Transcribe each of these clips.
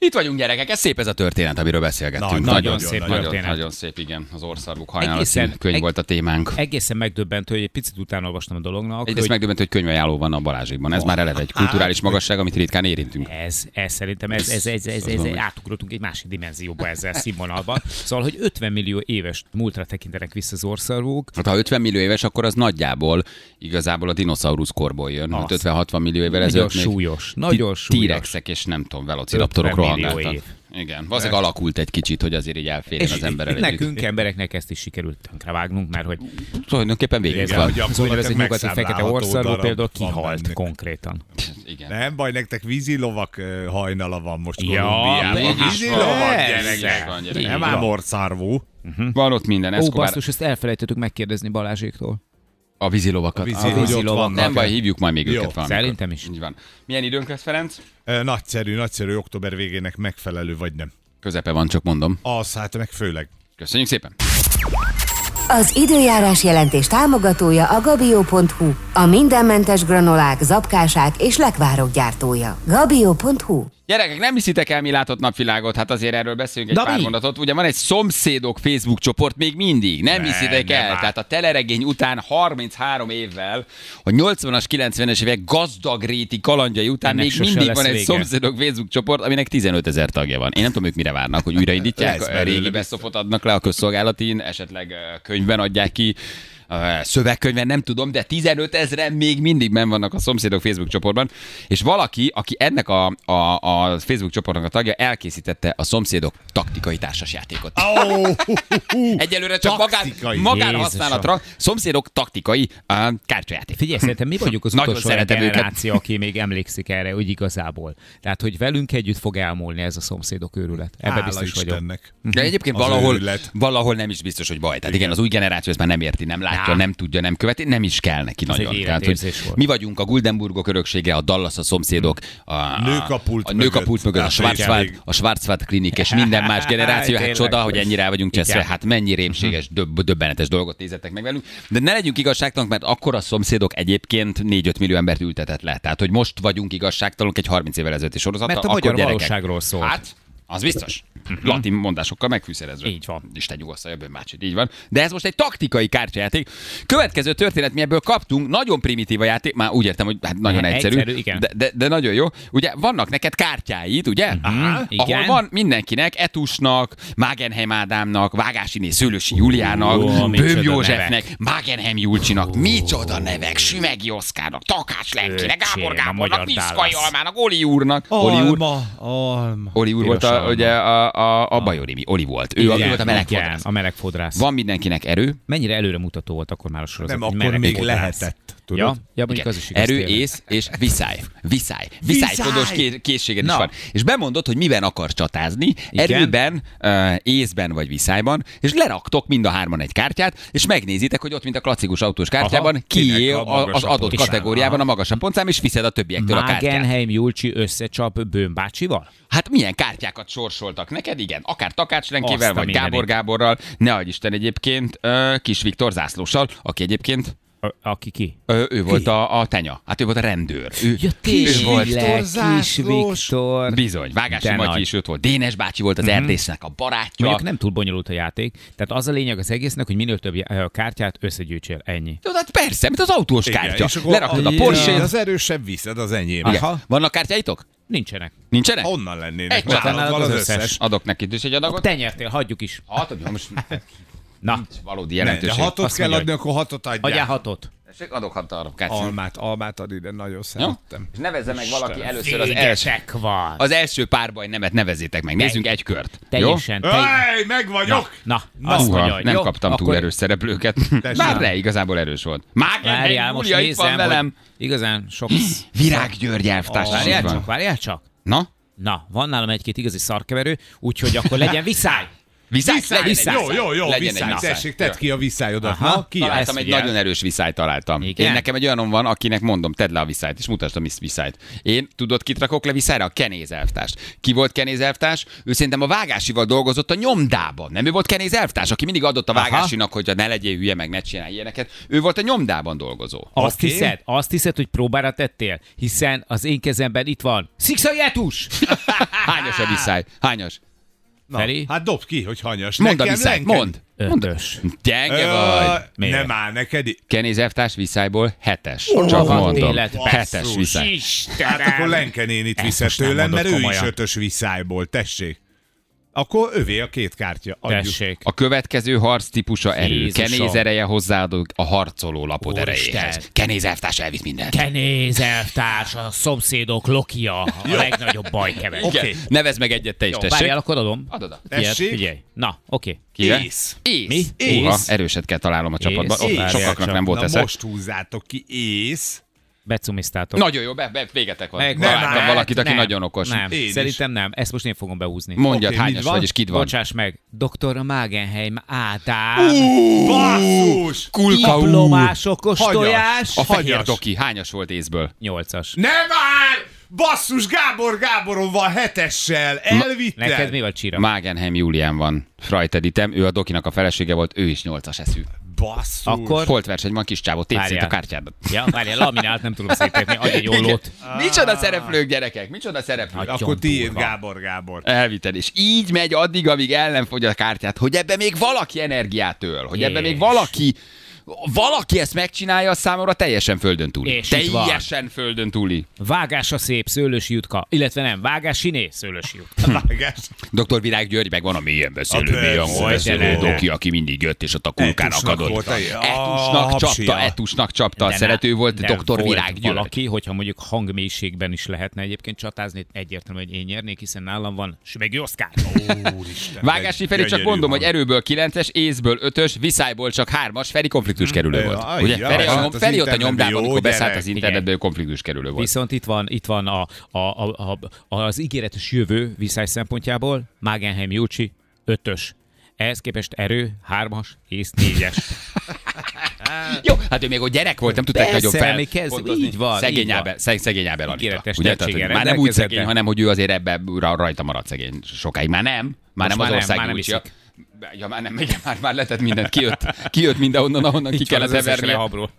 Itt vagyunk gyerekek, ez szép ez a történet, amiről beszélgettünk. Nagy- Nagyon, nagyon szép, jó, nagyon, nagyon. nagyon, szép, igen. Az Országok hajnal Egészen- című könyv eg- volt a témánk. Egészen megdöbbentő, hogy egy picit utána olvastam a dolognak. Egyrészt hogy hát, megdöbbentő, hogy könyvajálló van a Balázsikban. Ez már eleve egy kulturális magasság, amit ritkán érintünk. ez, ez szerintem, ez, ez, ez, ez, Azt ez, ez mondom, hogy- átugrottunk egy másik dimenzióba ezzel színvonalban. Szóval, hogy 50 millió éves múltra tekintenek vissza az országok. Hát ha 50 millió éves, akkor az nagyjából igazából a dinoszaurusz korból jön. Hát 50-60 millió évvel Nagyon ezelőtt még súlyos, nagyon súlyos. T-rexek és nem tudom, velociraptorok 50 millió rohangáltak. Igen, valószínűleg alakult egy kicsit, hogy azért így elférjen az ember elég. nekünk embereknek ezt is sikerült tönkrevágnunk, mert hogy Tulajdonképpen végig Igen, van. hogy a- az úgynevezett Gyakorlatilag nyugati fekete Szóval megszámlálható országról darab például van kihalt bennük. konkrétan. Igen. Nem baj, nektek vízilovak ö, hajnala van most Ja, Kolumbiában. mégis Vízilovak, van. gyerekek. Van, gyerekek. Nem Így ám van. orszarvú. Van ott minden, Ó, Escobar, basszus, ezt elfelejtettük megkérdezni Balázséktól. a vízilovakat. vízi- A hogy ott vízilovak. vannak. Nem baj, hívjuk majd még Jó, őket valamikor. szerintem is. Így van. Milyen időnk lesz, Ferenc? Ö, Nagyszerű, nagyszerű, október végének megfelelő vagy nem. Közepe van, csak mondom. Az hát meg főleg. Köszönjük szépen. Az időjárás jelentés támogatója a gabio.hu, a mindenmentes granolák, zapkásák és lekvárok gyártója. gabio.hu Gyerekek, nem hiszitek el, mi látott napvilágot, hát azért erről beszélünk egy Na pár mi? mondatot. Ugye van egy szomszédok Facebook csoport még mindig, nem Ne, hiszitek nem el. áll. Tehát a teleregény után 33 évvel, a 80-as, 90-es évek gazdag réti kalandjai után Ennek még sose mindig lesz van egy vége. szomszédok Facebook csoport, aminek 15 ezer tagja van. Én nem tudom, ők mire várnak, hogy újraindítják, Lesz a belőle, régi biztos. beszopot adnak le a közszolgálatin, esetleg ö, könyvben adják ki, ö, szövegkönyvben, nem tudom, de 15 ezeren még mindig ben vannak a szomszédok Facebook csoportban, és valaki, aki ennek a, a, a Facebook csoportnak a tagja, elkészítette a szomszédok taktikai társasjátékot. Oh, Egyelőre csak magán, taktikai. magán Jézusom. használatra szomszédok taktikai uh, kártyajáték. Figyelj, szerintem mi vagyunk az Nagyon utolsó szeretem őket. generáció, aki még emlékszik erre, úgy igazából. Tehát, hogy velünk együtt fog elmúlni ez a szomszédok őrület. Ebben Hála biztos vagyok. Istennek. De egyébként Az valahol, őrület. valahol nem is biztos, hogy baj. Tehát igen, az új generáció ezt már nem érti, nem látja, Á. nem tudja, nem követi, nem is kell neki Ez egy nagyon. Tehát, hogy életérzés volt. Mhm. mi vagyunk a Guldenburgok öröksége, a Dallas a szomszédok, a, a Nők a pult a, nők a mögött. pult mögött, a Tehát Schwarzwald, igen. a Schwarzwald klinik és minden más generáció. Hát Tényleg. csoda, hogy ennyire el vagyunk cseszve. Igen. Mhm. Hát mennyi rémséges, döbb, döbbenetes dolgot nézettek meg velünk. De ne legyünk igazságtalanok, mert akkor a szomszédok egyébként 4-5 millió embert ültetett le. Tehát, hogy most vagyunk igazságtalanok egy 30 évvel ezelőtti sorozattal. Mert a akkor magyar gyerekek. valóságról szól. Hát, az biztos. Latin mondásokkal megfűszerezve. Mhm. Így van. Isten nyugosztalja bőmácsit, így van. De ez most egy taktikai kártyajáték. Következő történet, mi ebből kaptunk, nagyon primitív a játék, már úgy értem, hogy hát nagyon Ne, egyszerű, egyszerű, igen. De, de, de nagyon jó. Ugye vannak neked kártyáid, ugye? Aha, Mhm, igen. Ahol van mindenkinek, Etusnak, Mágenheim Ádámnak, Vágásiné Szőlősi Juliának, Ó, oh, micsoda Bőv Józsefnek, Mágenheim Julcsinak, micsoda nevek, Sümegi Oszkárnak, Takács Lenkére, Öcsém, Gábor a Gábornak, magyar Viszkai Dallas. Almának, Oli úrnak, Oli úr, Alma, alma. Oli úr volt a, Pirosalma. ugye, a, a, a Bajorimi, Oli volt. Ő, igen, volt a meleg Ah. igen, fodrász. a meleg fodrász. Van mindenkinek erő, Mennyire előremutató volt akkor már a sorozat? Nem, hogy akkor meleg még fodrász. lehetett. Tudod? Ja, ja mondjuk igen, az is igaz. erő, tényleg. ész és viszály. Viszály. Viszálykodós ké- készséged is Na. van. És bemondod, hogy miben akar csatázni, Igen. erőben, ö, észben vagy viszályban, és leraktok mind a hárman egy kártyát, és megnézitek, hogy ott, mint a klasszikus autós kártyában, Aha, kinek kié a a- az magasabb adott pontszám. kategóriában a magasabb pontszám, és viszed a többiektől a kártyát. Mágenheim Julcsi összecsap Bőn bácsival? Hát milyen kártyákat sorsoltak neked? Igen, akár Takács Lenkével, Azt a vagy mindenit. Gábor Gáborral, ne adj Isten egyébként, ö, Kis Viktor Zászlóssal, aki egyébként A- Aki ki? ö, ő volt a, a tenya, hát ő volt a rendőr. Ő, ő Ja, volt tényleg, kis zászlós. Viktor. Bizony, Vágási De Matyi nagy. Mhm. is ott volt, Dénes bácsi volt az erdésznek a barátja. Mondjuk nem túl bonyolult a játék, tehát az a lényeg az egésznek, hogy minél több já- ö, kártyát összegyűjtsél, ennyi. Tudod, hát persze, mint az autós Igen, kártya. és akkor Leraktad a a- Porsét. Az erősebb viszed az enyém. Igen. Vannak kártyáitok? Nincsenek. Nincsenek? Honnan lennének? Egy csatánál az Nálad van az összes. összes. Adok neked is egy A adagot. tenyertél, hagyjuk is. Hát, hogy most Na, valódi Ne, de jelentőség. hatot Azt kell mondja, adni, akkor hatot adjál adjál. hatot. Tessék, Adok hat arra kártyát. Almát, almát ad ide, nagyon Jó? szerettem. És nevezze meg valaki először az első. Égesek van. Az első párbaj nemet nevezzétek meg. Nézzünk egy kört. Teljesen. Te... Ej, meg vagyok! Na, Na, azt Uha, mondja, hogy nem jó, kaptam túl akkor erős szereplőket. Már ne, igazából erős volt. Várjál, Mágen, most Júlia itt van nézem, velem. hogy igazán sok... Virág György elvtárs. Várjál itt csak, van. várjál csak. Na? Na, van nálam egy-két igazi szarkeverő, úgyhogy akkor legyen viszály. Viszály, Viszály. legyen egy viszály. Jó, jó, jó, Legyen egy viszály. viszály. Tessék, tedd Jó. ki a viszályodat. Aha. Na, Találtam ki játsz, Találtam egy figyelj? nagyon erős viszályt találtam. Igen? Én nekem egy olyanom van, akinek mondom, tedd le a viszályt, és mutasd a mis- viszályt. Én tudod, kit rakok le viszályra? A Kenéz elvtást. Ki volt Kenéz elvtárs? Ő szerintem a vágásival dolgozott a nyomdában. Nem ő volt Kenéz elvtárs, aki mindig adott a vágásinak, hogy ne legyél hülye, meg ne csinálj ilyeneket. Ő volt a nyomdában dolgozó. Azt Oké. hiszed, azt hiszed, hogy próbára tettél, hiszen az én kezemben itt van Szikszajetus! Hányas a viszály? Hányas? Na, Feri? Hát dobd ki, hogy hanyas. Mondd a Nekem viszályt, lenked. mondd. Mondd. Ötös. Gyenge Ö, vagy. Miért? Nem áll neked. Kenéz elvtárs viszályból hetes. Csak Rohadt mondom. életbe. Hetes viszály. Hát Istenem! akkor Lenken én itt Ezt viszed most nem tőlem, mert mondod ő is komolyan. ötös viszályból, tessék. Akkor övé a két kártya. Adjuk. Tessék. A következő harc típusa erő. Jézusom. Kenéz ereje hozzáadó a harcoló lapod Úristen. erejéhez. Kenéz elvtárs elvisz mindent. Kenéz elvtárs, a szomszédok Lokia, a legnagyobb baj kever. Igen. Oké. Nevezd meg egyet te is, Jó, tessék. várjál, akkor adom. Adod a- Ilyet, Tessék. Figyelj. Na, oké. Kire? Ész. Ész. Mi? Ész. Uha, Ész. erőset kell találnom a csapatban. Ész. Ó, Ész. Sokaknak Várjál nem volt Na esze. most húzzátok ki, ész. Becumiztátok. Nagyon jó, be, be, végetek van. Meg- Találtam nem, valakit, aki nem, nagyon okos. Nem, Én is. szerintem nem. Ezt most én fogom behúzni. Mondjad, Oké, hányas mit van? vagy, és kid van. Bocsáss meg, doktor Magenheim Ádám, Basszus! Kulka úr. diplomás okostojás. A fehér Hanyas. toki, hányas volt észből? Nyolcas. Nem áll! Basszus, Gábor Gáboron van hetessel, elvitted. Neked mi van csira? Magenheim Julián van. Frajt Editem, ő a dokinak a felesége volt, ő is nyolcas eszű. Basszus. Akkor- Holt versenyban kis csávó, tépd szét a Várjál. kártyádat. Ja, várjál, laminált nem tudom szétérni, adj egy ollót. Igen. Micsoda szereplők, gyerekek, micsoda szereplők. Akkor tiéd, durva. Gábor Gábor. Elvited, és így megy addig, amíg ellenfogy a kártyát, hogy ebbe még valaki energiát öl, hogy ebbe még És- valaki valaki ezt megcsinálja, az számomra teljesen földön túli. És itt van. teljesen földön túli. Vágás a szép szőlősi jutka, illetve nem, vágás siné szőlősi jutka. Vágás. Dr. Virág György meg van a mélyen A beszélő, persze, mélyen beszélő persze. doki, aki mindig jött, és ott a kulkának Etusnak adott. volt, Ah, ja, Etusnak csapta, hapsia. etusnak csapta, a De szerető ne- volt de Dr. Virág György. Valaki, hogyha mondjuk hangmélységben is lehetne egyébként csatázni, egyértelmű, hogy én nyernék, hiszen nálam van Sümegi Oszkár. Úristen, Vágási egy Feri, csak gyönyörű mondom, hang. hogy erőből 9-es, észből 5-ös, viszályból csak 3-as, Feri konfliktus kerülő Ja, volt. Ugye? ja, Feri, hát a, az Feri ott a internetben nyomdában, jó amikor beszállt gyerek. az internetbe, ő konfliktus kerülő volt. Viszont itt van, itt van a, a, a, a, az ígéretes jövő viszály szempontjából, Magenheim Júcsi, ötös. Ehhez képest erő, hármas, ész, négyes. Jó, hát ő még ott gyerek volt, nem tudták Persze, nagyon fel. még kezd- pontozni. így van, Szegény így van. Ábel, szeg, szegény Ábel Anita. Ígéretes Ugye? Tehát, hogy tehetséggel már nem úgy rendelkezett, szegény, de- hanem hogy ő azért ebbe ra- rajta maradt szegény sokáig. Már nem, már nem Most az már nem, ország már nem útja. Ja, már nem, igen, már, már letett mindent, kijött, kijött mindenhonnan, ahonnan ki Így van kellett az összes evernie. lehabról.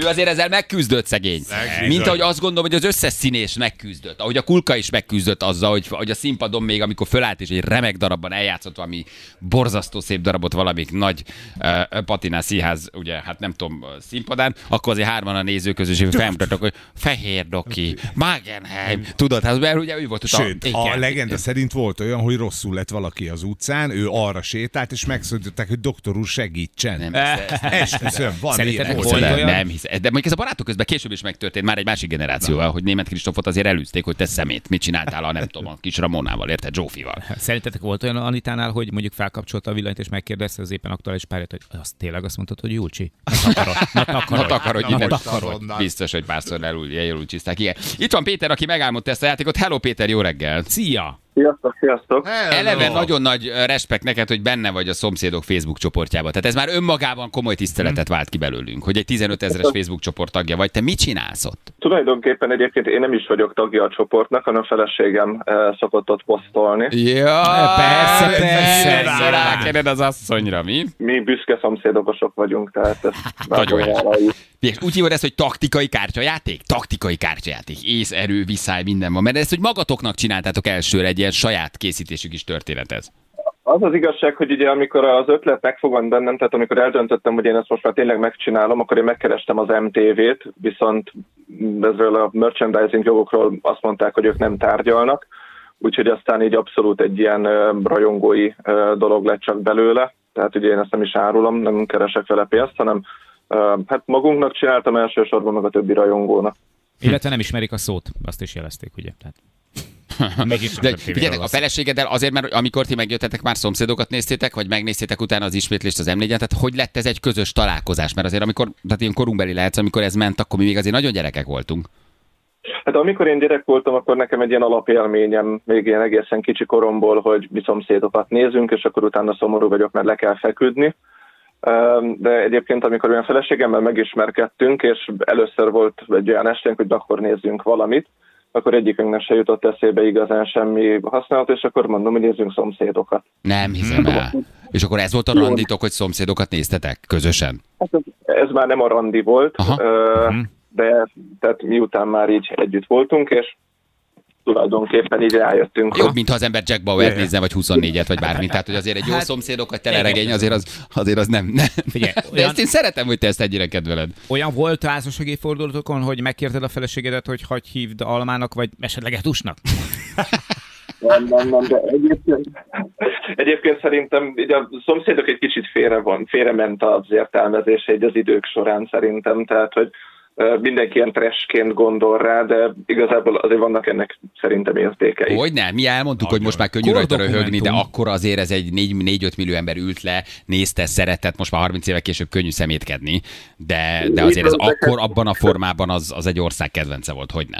Ő azért ezzel megküzdött szegény. Szegény. Mint ahogy azt gondolom, hogy az összes színés megküzdött. Ahogy a kulka is megküzdött azzal, hogy, hogy a színpadon még, amikor fölállt és egy remek darabban eljátszott valami borzasztó szép darabot valamik nagy uh, patinás színház, ugye, hát nem tudom, ö, színpadán, akkor azért hárman a nézőközönség felmutatok, hogy Fehér Doki, Magenheim, tudod, hát mert ugye ő volt ott Sőt, a... a Igen. legenda szerint volt olyan, hogy rosszul lett valaki az utcán, ő arra sétált, és megszólították, hogy doktor úr segítsen. Nem, Nem. ez- ez- Esküszöm, van Szerinted ilyen. Nem Volt hiszem, olyan? nem hiszem. De mondjuk ez a barátok közben később is megtörtént, már egy másik generációval, hogy német Kristófot azért elűzték, hogy te szemét, mit csináltál a nem tudom, a kis Ramonával, érted, Zsófival. Szerintetek volt olyan Anitánál, hogy mondjuk felkapcsolta a villanyt, és megkérdezte az éppen aktuális párját, hogy azt tényleg azt mondtad, hogy Júlcsi? Na takarod, na Na takarod. takarodj, Hát Na, innen. most azonnal. Biztos, hogy párszor elúl- elúlcsizták. Igen. Itt van Péter, aki megálmodta ezt a játékot. Hello Péter, jó reggel! Szia! Sziasztok, sziasztok! Hello. Eleve nagyon nagy eh, respekt neked, hogy benne vagy a szomszédok Facebook csoportjában. Tehát ez már önmagában komoly tiszteletet Hmm. vált ki belőlünk, hogy egy 15 ezeres Facebook csoport tagja vagy. Te mit csinálsz ott? Tulajdonképpen egyébként én nem is vagyok tagja a csoportnak, hanem feleségem eh, szokott ott posztolni. Ja, persze, persze. Rákened az asszonyra, mi? Mi büszke szomszédokosok vagyunk, tehát ezt Nagyon jó. vállaljuk. És úgy hívod ezt, hogy taktikai kártyajáték? Taktikai kártyajáték. Ész, erő, viszály, minden van. Mert ezt, hogy magatoknak csináltátok elsőre egy ilyen saját készítésük is történet ez. Az az igazság, hogy ugye amikor az ötlet megfogant bennem, tehát amikor eldöntöttem, hogy én ezt most már tényleg megcsinálom, akkor én megkerestem az MTV-t, viszont ezről a merchandising jogokról azt mondták, hogy ők nem tárgyalnak, úgyhogy aztán így abszolút egy ilyen ö, rajongói ö, dolog lett csak belőle, tehát ugye én ezt nem is árulom, nem keresek vele pénzt, hanem ö, hát magunknak csináltam elsősorban, meg a többi rajongónak. Hm. Illetve nem ismerik a szót, azt is jelezték, ugye? Tehát... Mégis nem De tudom, figyeljetek, a az. feleségeddel azért, mert amikor ti megjöttetek, már szomszédokat néztétek, vagy megnéztétek utána az ismétlést az m tehát hogy lett ez egy közös találkozás? Mert azért, amikor, tehát ilyen korunkbeli lehetsz, amikor ez ment, akkor mi még azért nagyon gyerekek voltunk. Hát amikor én gyerek voltam, akkor nekem egy ilyen alapélményem, még ilyen egészen kicsi koromból, hogy mi szomszédokat nézünk, és akkor utána szomorú vagyok, mert le kell feküdni. De egyébként, amikor olyan feleségemmel megismerkedtünk, és először volt egy olyan esténk, hogy akkor nézzünk valamit, akkor egyikünknek se jutott eszébe igazán semmi használat, és akkor mondom, hogy nézzünk szomszédokat. Nem hiszem el. És akkor ez volt a randitok, hogy szomszédokat néztetek közösen? Hát ez, ez már nem a randi volt, Aha. ö, de tehát miután már így együtt voltunk, és tulajdonképpen így rájöttünk, Jobb, hogy mintha az ember Jack Bauer nézne, vagy 24-et, vagy bármit. Tehát, hogy azért egy jó szomszédokat teleregény, azért az, azért az nem. nem. Figyelj, De olyan- ezt én szeretem, hogy te ezt ennyire kedveled. Olyan volt a házassági fordulatokon, hogy megkérted a feleségedet, hogy hagy hívd almának, vagy esetleg etusnak? nem, nem, nem, de egyébként, egyébként szerintem így a szomszédok egy kicsit félre van, félrement az értelmezése így az idők során szerintem, tehát hogy ö, mindenki ilyen trashként gondol rá, de igazából azért vannak ennek szerintem értékei. Hogy nem? Mi elmondtuk, hogy most már könnyű Kor rajta röhögni, de dokumentum. akkor azért ez egy 4-5 millió ember ült le, nézte, szeretett, most már 30 évek később könnyű szemétkedni, de, de azért ez akkor abban a formában az, az egy ország kedvence volt, hogy ne.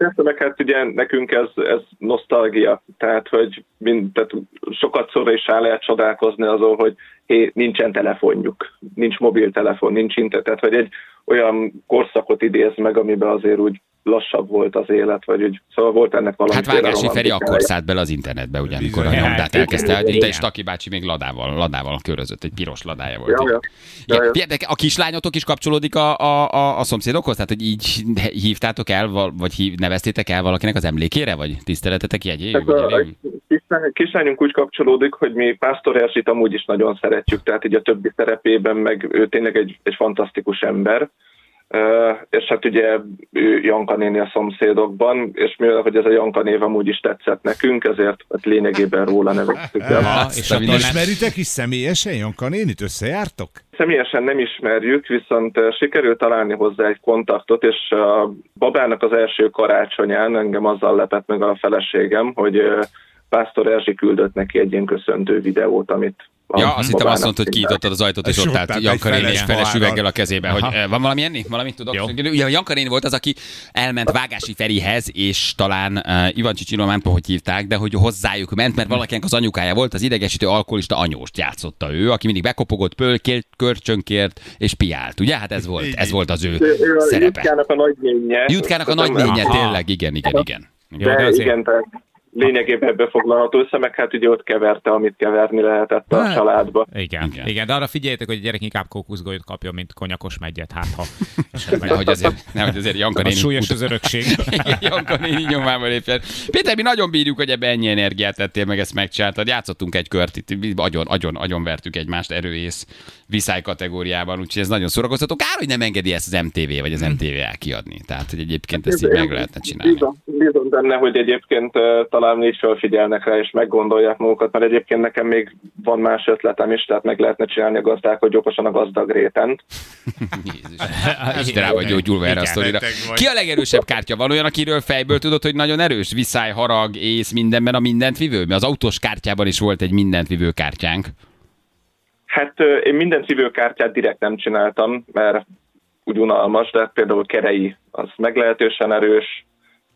Persze, meg hát ugye nekünk ez, ez nosztalgia, tehát hogy mind, tehát sokat szóra is rá lehet csodálkozni azon, hogy hé, nincsen telefonjuk, nincs mobiltelefon, nincs internet, tehát hogy egy olyan korszakot idéz meg, amiben azért úgy lassabb volt az élet, vagy úgy, szóval volt ennek valami. Hát Vágási Feri akkor szállt bele az internetbe, ugye, amikor a Bizony. nyomdát Hát, elkezdte igen, adni, de igen. és Taki bácsi még ladával, ladával körözött, egy piros ladája volt. Ja, ja. Igen. Ja, ja. Figyelj, de A kislányotok is kapcsolódik a, a, a, a szomszédokhoz? Tehát, hogy így hívtátok el, val- vagy hív, neveztétek el valakinek az emlékére, vagy tiszteletetek jegyéül? Tehát vagy a, a jegyéül? kislány- kislányunk úgy kapcsolódik, hogy mi Pásztor Erzsit amúgy is nagyon szeretjük, tehát így a többi szerepében, meg ő tényleg egy, egy fantasztikus ember. Uh, és hát ugye ő Janka néni a szomszédokban, és mivel hogy ez a Janka név amúgy is tetszett nekünk, ezért hát lényegében róla neveztük el. Aha, Azt és a attól mindenit. nem- Ismeritek is személyesen Janka nénit? Összejártok? Személyesen nem ismerjük, viszont eh, sikerült találni hozzá egy kontaktot, és a babának az első karácsonyán engem azzal lepett meg a feleségem, hogy eh, Pásztor Erzsi küldött neki egy ilyen köszöntő videót, amit a Ja, azt hittem azt babának mondta, hogy csinált. kinyitottad az ajtót, és És ott ott állt állt Janka egy néni egy feles feles pohárral. üveggel a kezébe, hogy Aha. eh, van valami enni? Valamit tudok? Jó. Ugye Janka néni volt az, aki elment Vágási Ferihez, és talán uh, Ivancsi Csilló, nem tudom, hogy hívták, de hogy hozzájuk ment, mert valakinek az anyukája volt, az idegesítő alkoholista anyóst játszotta ő, aki mindig bekopogott, pölkélt, körcsönkért, és piált. Ugye? Hát ez volt, ez volt az ő Ő a szerepe. Jutkának a nagynénye. Jutkának a Szerintem- nagynénye, Aha. tényleg, igen, igen, igen. Jó, De, de de azért- igen, tehát lényegében ebbe foglalható össze, meg hát ugye ott keverte, amit keverni lehetett a Hát. családba. Igen. Igen. Igen. Igen, de arra figyeljetek, hogy a gyerek inkább kókuszgolyót kapjon, mint konyakos megyet, hát ha Nehogy azért, nehogy azért Janka a néni súlyos az örökség. Igen, Janka néni nyomába lépjen. Péter, mi nagyon bírjuk, hogy ebbe ennyi energiát tettél, meg ezt megcsináltad. Játszottunk egy kört, itt mi agyon, agyon, agyon vertük egymást erőész viszály kategóriában, úgyhogy ez nagyon szórakoztató. Kár, hogy nem engedi ezt az MTV vagy az MTV elkiadni. Tehát, hogy egyébként ezt így meg lehetne csinálni. Bízom, bízom benne, hogy egyébként ö, talán is felfigyelnek rá, és meggondolják magukat, mert egyébként nekem még van más ötletem is, tehát meg lehetne csinálni a gazdák, hogy okosan a gazdag rétent. Jézus. És te rá vagy gyógyulva erre a Igen, sztorira. beteg vagy. Ki a legerősebb kártya? Van olyan, akiről fejből tudod, hogy nagyon erős? Viszály, harag, ész, mindenben a mindent vivő? Mi az autós kártyában is volt egy mindent vivő kártyánk. Hát ö, én minden szívőkártyát direkt nem csináltam, mert úgy unalmas, de például Kerei az meglehetősen erős,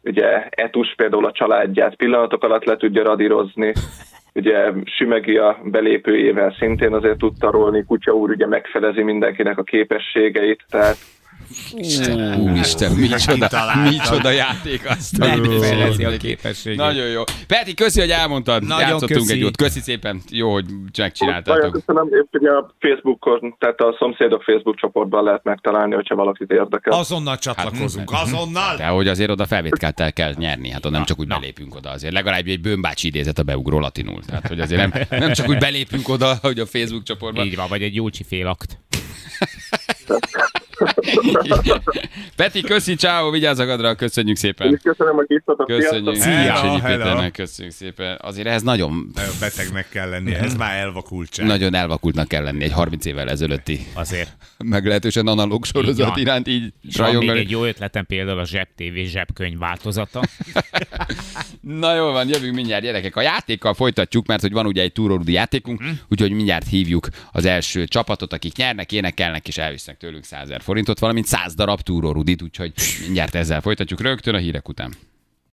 ugye Etus például a családját pillanatok alatt le tudja radírozni, ugye Sümegi a belépőjével szintén azért tud tarolni, Kutya úr ugye megfelezi mindenkinek a képességeit, tehát Úristen, micsoda, Kitaláltad. micsoda játék azt. Megfelezi a képességét. Nagyon jó. Peti, köszi, hogy elmondtad. Nagyon Játszottunk köszi. egy jót. Köszi szépen. Jó, hogy Nagyon megcsináltátok. köszönöm, és ugye a Facebookon, tehát a szomszédok Facebook csoportban lehet megtalálni, hogyha valakit érdekel. Azonnal csatlakozunk, azonnal! De hogy azért oda felvételt kell nyerni, hát nem csak úgy belépünk oda, azért legalább egy bőmbácsi idézet a beugró latinul. Tehát, hogy azért nem, nem csak úgy belépünk oda, hogy a Facebook csoportban. Így van, vagy egy Júlcsi félakt. Peti, köszi, ciao, vigyázz magadra, köszönjük szépen. És köszönöm, hogy itt voltatok. Köszönjük, Sziasztok! Szia, Köszönjük hello. Péternek, köszönjük szépen. Azért ez nagyon Betegnek kell lennie, ez már elvakultság. nagyon elvakultnak kell lenni egy 30 évvel ezelőtti Azért. meglehetősen analóg Így sorozat van. iránt így És van még rajongani. egy jó ötletem például a zseb TV zsebkönyv változata. Na jól van, jövünk mindjárt gyerekek. A játékkal folytatjuk, mert hogy van ugye egy túrórudi játékunk, Mhm. úgyhogy mindjárt hívjuk az első csapatot, akik nyernek, énekelnek és elvisznek tőlünk 100 000 forintot, valamint 100 darab túrórudit, úgyhogy mindjárt ezzel folytatjuk rögtön a hírek után.